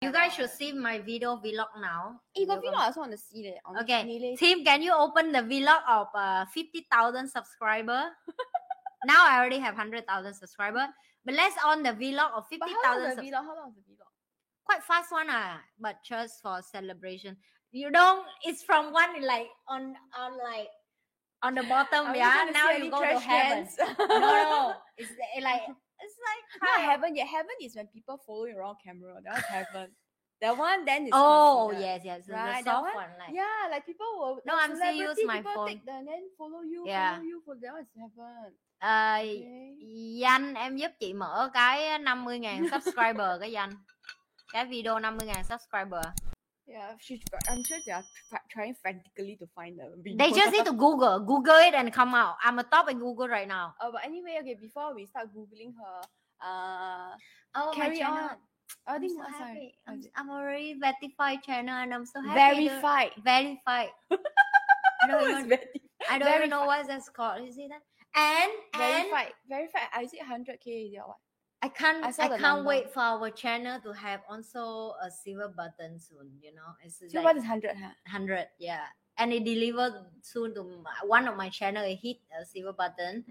You guys should see my video vlog now. Eh, you got You vlog? I also want to see that. got- on Okay, Millie. Tim, can you open the vlog of uh, 50,000 subscriber? now I already have 100,000 subscriber. But let's on the vlog of But how 50,000 long is the subs- vlog? How long is the vlog? Quite fast one, ah, but just for celebration. You don't, it's from one, like, on, on like, on the bottom, I'm just yeah. trying to Now see you any go to trash heaven. cans. no, no, it's eh, like, it's like, Not kind of- heaven yet. Heaven is when people follow you around camera. That one's heaven. that one then is oh, considered. yes, yes, the- Right, the that soft one- one, like, Yeah, like people will. No, like I'm saying use celebrity my people phone. Take the, and then follow you. Yeah. Follow you. Follow that one is heaven. uh, Okay. Danh em giúp chị mở cái 50.000 subscriber cái Danh Cái video 50.000 subscriber Yeah, she's. I'm sure they are try- trying frantically to find the video. They just need to Google Google it and come out I'm a top in Google right now Uh, but anyway, okay. Before we start googling her, uh, Oh carry on. Oh, I I'm think so oh, sorry. happy I'm, Okay. I'm already verified channel and I'm so happy to- Verified. Verified I don't, It's even, verified. I don't even know what that's called You see that? And, and Verified. Verified. I see 100k or what? I can't I I, saw the can't number. wait for our channel to have also a silver button soon, you know. It's So like what is 100? Huh? 100, yeah. And it delivered soon to my, one of my channel it hit a silver button.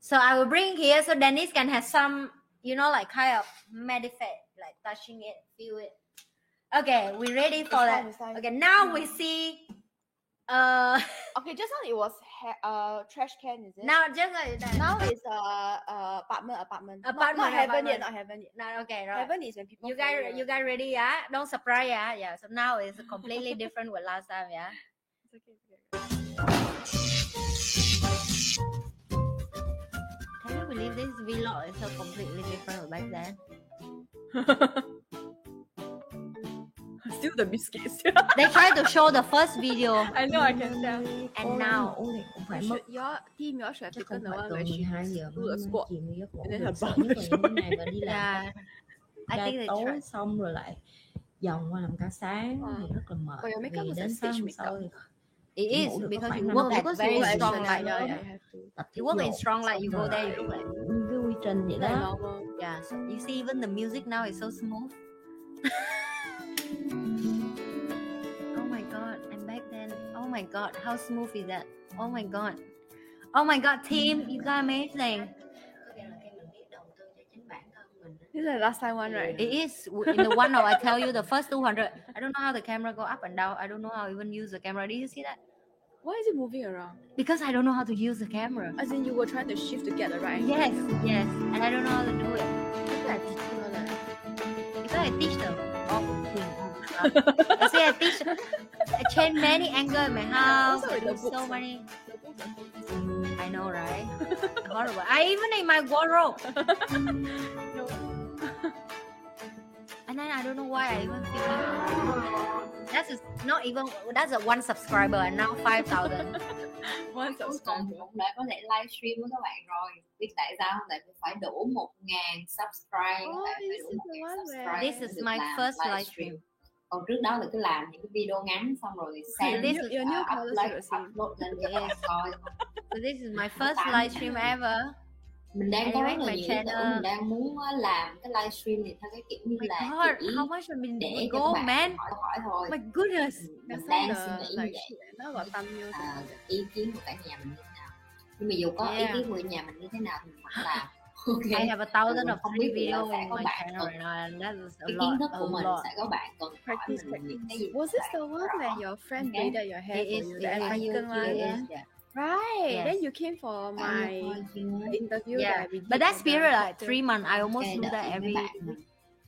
So I will bring here so Dennis can have some, you know, like kind of meditate, like touching it, feel it. Okay, we ready for that. Okay. Okay, now we see uh okay, just now it was ha- uh trash can, is it? now just like that. now it's uh, uh apartment apartment. Not- Not, Apartment, heaven yet. apartment. Not heaven yet. now okay, right. Heaven is when people. You follow guys, you guys ready? Yeah, don't surprise. Yeah, yeah. So now it's completely different with last time. Yeah. It's okay, it's okay. Can you believe this vlog is so completely different with back then? Still the biscuits. They try to show the first video I know I can tell. and now Oh. You should, your team, you all should have taken the one where she do a squat. and then her bum Còn will những show. cái này và đi làm yeah. I think they tối try. xong rồi lại dòng qua làm cá sáng À. Ờ. thì rất là mệt Còn your Vì makeup was đến like sáng stitch hôm sau makeup. thì It Chị is ngủ được có because khoảng you năm work tiếng. at Because very you actually strong like light. yeah, Yeah, yeah. tập You thể work in dục, strong light. xong You go rồi there. You look like những cái quy trình vậy đó yeah. So you see, even the music now is so smooth. oh my god! And back then, oh my god, how smooth is that? Oh my god, oh my god, team, you got amazing. This is the last time one, right? It is w- in the one of I tell you the first 200. I don't know how the camera go up and down. I don't know how I even use the camera. Did you see that? Why is it moving around? Because I don't know how to use the camera. As in, you were trying to shift to get the right. Yes, yes, and I don't know how to do it. Because I teach them. Oh, I say I teach. I change many angle in my house. Also I with the do so books. many. I know, right? Horrible. I even in my wardrobe. No. and then I don't know why I even feel. like- That's is not even. That's a one subscriber and now five thousand. One còn subscriber. cũng đã có thể livestream với các bạn rồi biết tại sao không tại vì phải đủ 1.000 subscribe Oh, tại phải this đủ is the 1.000 one where- subscribe This mới is được my làm first livestream. livestream. còn trước đó là cứ làm những cái video ngắn xong rồi Okay, send this Your, is your uh, new colors are upload, the same. upload lên cho các bạn coi So this is my first live stream ever. Oh mình đang có rất Anyway, là my nhiều ý tưởng channel- mình đang muốn uh, làm cái livestream này theo cái kiểu như My là God, chỉ how much have been để cho go, các bạn man? Oh hỏi hỏi thôi My goodness. mình all đang suy the, nghĩ như like, vậy shit. Now got thumbnails. à, ý kiến của cả nhà mình như thế nào nhưng mà dù có Yeah. ý kiến của nhà mình như thế nào thì mình vẫn làm I ok have a thousand Mình of không free biết gì đâu, video sẽ in có my bạn channel thôi. right now, and that is a cái lot, kiến thức a của mình lot. sẽ có bạn cần hỏi Practice, mình những cái gì Was các this bạn the one rõ. where your friend Okay. braided your hair It for is, you? it The is, African one, it yeah. is, yeah. Right. Then Yes. you came for Cảm ơn my thôi, Kim ơi. interview Yeah, that we But did that's at the period like cocktail. three months. I almost Kể do that đợi mấy every. bạn mình.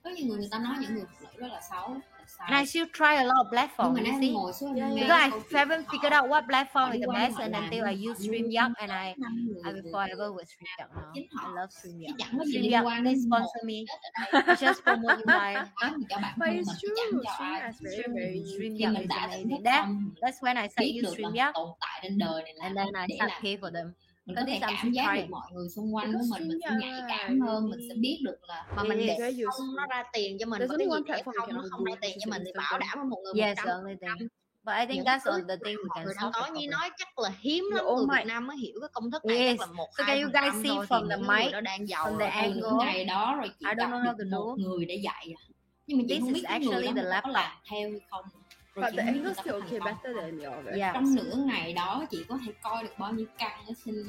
có nhiều người người ta nói những người phụ nữ rất là xấu là xấu. And I still try a lot of nhưng platform. mà You đang see, ngồi xuống Yeah, nghe because I câu chuyện haven't của figured họ, out what platform is đi the qua best, họ and làm until như I use họ StreamYard, như and I năm người I will đều- forever with StreamYard now. chính I họ love chứ StreamYard. chẳng có gì liên StreamYard, quan please đến một sponsor me. chết ở đây I just promote you my nói gì cho bản But thân mình it's chứ chẳng true. cho Stream ai is very, Stream- very khi StreamYard mình is đã tỉnh thức amazing. That, xong that's when I start biết use được là mình StreamYard, tồn tại trên đời này là and then I để start làm pay for them. mình Có có đi thể làm cảm giác subscribe. được mọi người xung quanh Because của mình mình sẽ StreamYard nhạy là cảm hơn mình really- sẽ biết được là Mà mình mình để để Very useful. không nó ra tiền cho mình There's và only cái one gì để platform you không nó cannot không ra do, tiền which cho is mình thì Instagram. bảo đảm là một người một Yes, trăm the only thing. trăm. But I think Những that's thứ on the thing we mọi can người đang solve. the có như problem. nói chắc là hiếm Your lắm own người Việt mic. Nam mới hiểu cái công thức này Dạ, Yes. chắc là một So can hai you phần guys trăm see thôi thì from the những người mic, đó Ờ, đang from giàu the từ những angle? ngày đó rồi chị I don't gặp know how được to một do. người để dạy à nhưng mà chị This không is biết cái người actually đó the nó có laptop. làm theo hay không rồi But chị the không biết người English ta still có thành okay công better than your right? yeah trong nửa ngày đó chị có thể coi được bao nhiêu căn ở sinh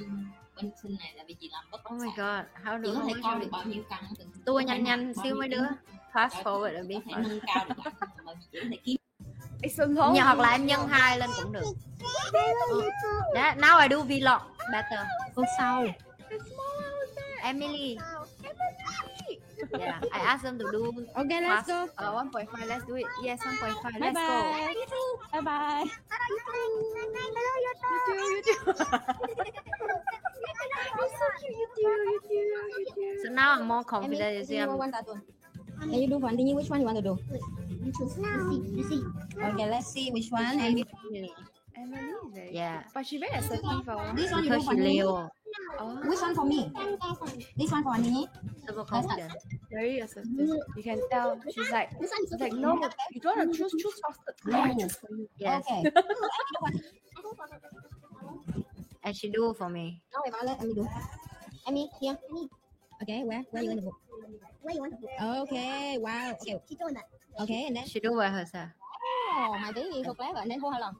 bên sinh này là vì chị làm bất oh động my sản god how chị do có thể coi I được bao nhiêu căn ở từng- tua có thể nhanh nạp nhanh bao xíu nhiêu mấy tính đứa fast đó, forward chị a bit có thể nâng cao được bản thân mà chị có thể kiếm It's so long. nhà hoặc là em nhân hai lên cũng được That, now I do vlog better cô sau Emily yeah I asked them to do Okay, let's let's go. Uh, 1.5, let's do it. Yes, 1.5, Bye let's go. bye. Bye bye. You do, you do, you do, you do. so now I'm more confident you see I'm Can you do one thing? Which one you want to do? You choose. Okay, let's see which one. And Emily is very yeah But she very assertive. Oh. this one you do because she for me. Leo Oh, Which one for me? This one for me. super confident very assertive. You can tell. She's like, she's like no, you don't want to choose, choose faster. No, I choose for you. yes Okay. and she do for me Now wait, let me do. I mean, here. Okay, where? Where you want to book? Where you want to put? Okay, wow. Okay, She's doing that. okay, and then she do by herself oh, my baby is so clever. And then hold how long?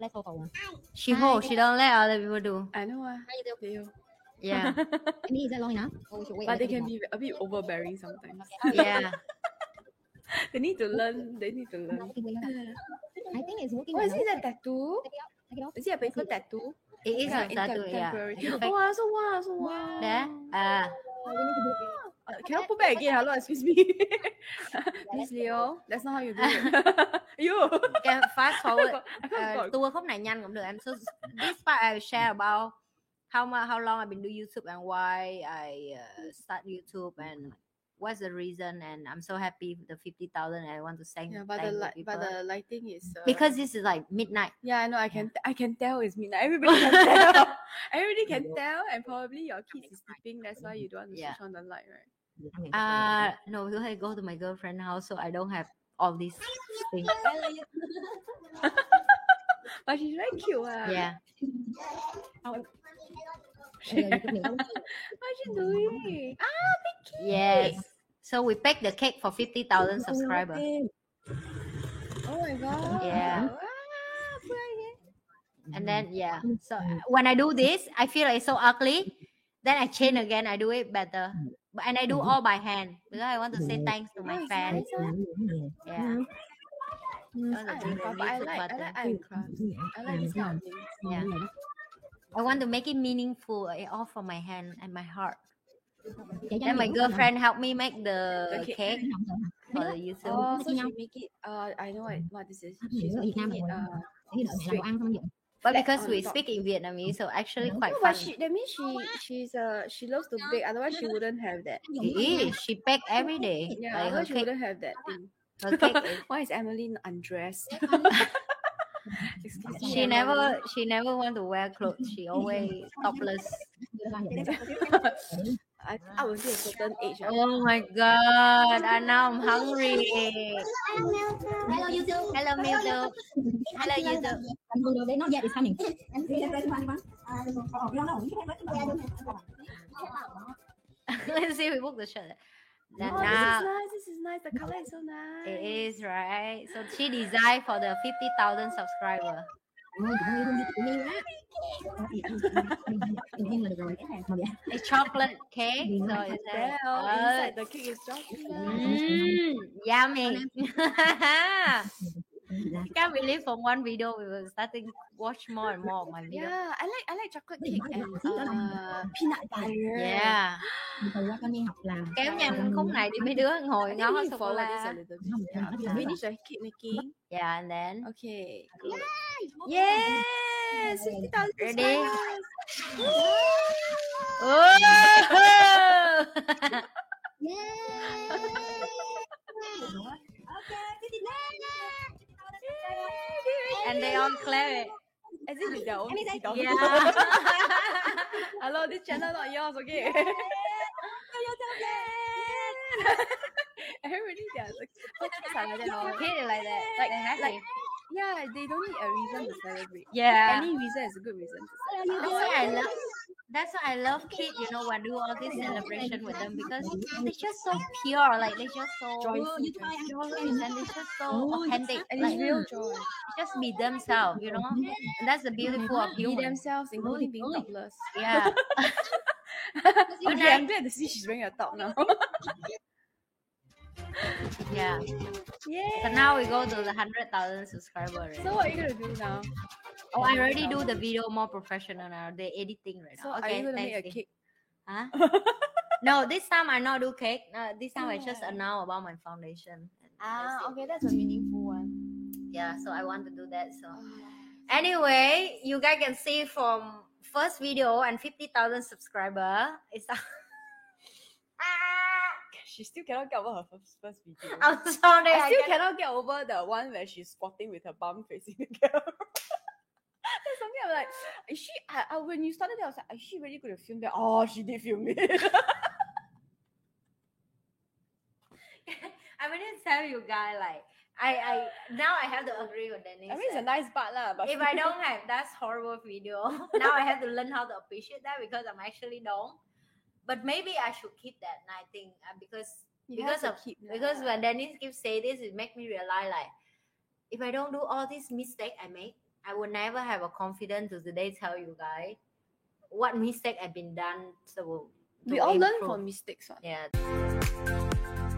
Let's hold for one. she hold she don't let other people do I know. Ah, they do. yeah I mean, is that long enough? Or we should wait. a But they little can bit be a bit overbearing sometimes. yeah They need to learn. They need to more? learn. I think it's working. Oh, is now. it a tattoo? Take it off. Is it a paper tattoo? it is Yeah, a it's tattoo yeah temporary. In fact, Oh, I also want. I also want. there uh Uh, cannot put back again. Hello, excuse me. Miss Leo, that's not how you do it. you. can fast forward I can't uh, talk. tua khúc này nhanh cũng được em so this part I will share about how mu- how long I've been doing YouTube and why I uh, start YouTube and what's the reason and I'm so happy with the 50,000 I want to thank, Yeah, but the thank light, people but the lighting is uh, because this is like midnight yeah, I know. I can, I can tell it's midnight. Everybody can tell. Everybody can tell, and probably your kids is sleeping. That's why you don't want to Yeah. switch on the light, right? uh no because I go to my girlfriend house so I don't have all these things But she's very cute. ah. yeah What she doing? Ah, yes so we bake the cake for 50,000 subscribers Oh my god. Yeah. Wow, put again. Mm-hmm. and then yeah so uh, when i do this i feel like it's so ugly then i change again i do it better But- and i do all by hand because i want to say thanks to my Mm-hmm. fans Nice, nice, nice. yeah I It's want art to do the music and craft, but I like, I button. like mm-hmm. art and craft. I like this kind of things. Yeah. I want to make it meaningful uh, all from my hand and my heart then my girlfriend helped me make the Okay. cake for the youtube Oh, so she make it. Uh, I know what, what this is. She's Ở Việt Nam making it. mình Uh, Thế là Straight. ăn không vậy? but flat because on we top. speak in vietnamese so actually quite no, fun but she that means she she's uh she loves to bake. Otherwise, she wouldn't have that. it is. she baked every day like Yeah, her otherwise she cake, wouldn't have that. Thing. her cake is- Why is Emily not undressed? Excuse me, she Emily. never she never want to wear clothes she always topless I, I was at a certain age. ah. Oh my god, I now I'm hungry. Hello YouTube, hello YouTube, hello YouTube. Let's see if we book the shirt. That Oh, this is now nice. This is nice. The color is so nice. it is right. So she designed for the 50,000 subscriber. It's chocolate cake, so it's There, uh, oh, inside the cake is chocolate. mm, yummy. I can't believe from one video we were starting to watch more and more of my video. Yeah, I like I like chocolate cake and uh, peanut butter. Yeah. Từ qua con đi học làm Kéo nhanh khúc này đi mấy đứa ngồi I ngó think we sô cô follow this a la. little bit. Yeah, okay. Finish the cake making. Yeah, and then Okay. Oh Yes, fifty thousand. Ready? Oh! and they all clap it. As if it's their own. fifty Yeah. thousand. Hello, this channel not yours, okay? Everybody does. Like, all kids are like that, lor. Hit it like that. Like- Like, they're happy. like- yeah, they don't need a reason to celebrate. yeah. Any reason is a good reason to That's why celebrate. I love That's why I love kids, you know, when do all this celebration with them because they're just so pure, like they're just so Joyful. joyous and they're just so Oh, authentic. And like, it's real joy. just be themselves, you know. And that's the beautiful of Mm-hmm. Be humans. themselves, including being topless. Yeah. Okay, I'm glad to see she's wearing a top now. Yeah. Yay! So now we go to the hundred thousand subscriber. Right? So what are you gonna do now? oh, I already do the video more professional now. The editing right uh, So now. are you gonna thanks, make a Dee. cake? Huh? no, this time I not do cake. No, this time I just announce about my foundation. and that's it. Ah, okay, that's a meaningful one. Yeah, so I want to do that. So Oh, anyway, you guys can see from first video and fifty thousand subscriber. It's She still cannot get over her first, first video. I'm sorry. I still cannot- cannot get over the one where she's squatting with her bum facing the camera. That's something I'm like, is she? I, I, when you started, I was like, is she really going to film that? Oh, she did film it. I mean, tell you guys like I I now I have to agree with Dennis. I mean, it's a that nice part lah, but if I don't have that horrible video, now I have to learn how to appreciate that because I'm actually don't. But maybe I should keep that. I think uh, because You have because to of- keep lah. because when Dennis keeps saying this, it make me realize like if I don't do all these mistake I make, I will never have a confidence to today tell you guys what mistake I've been done. So to we all learn improve. from mistakes. What? yeah.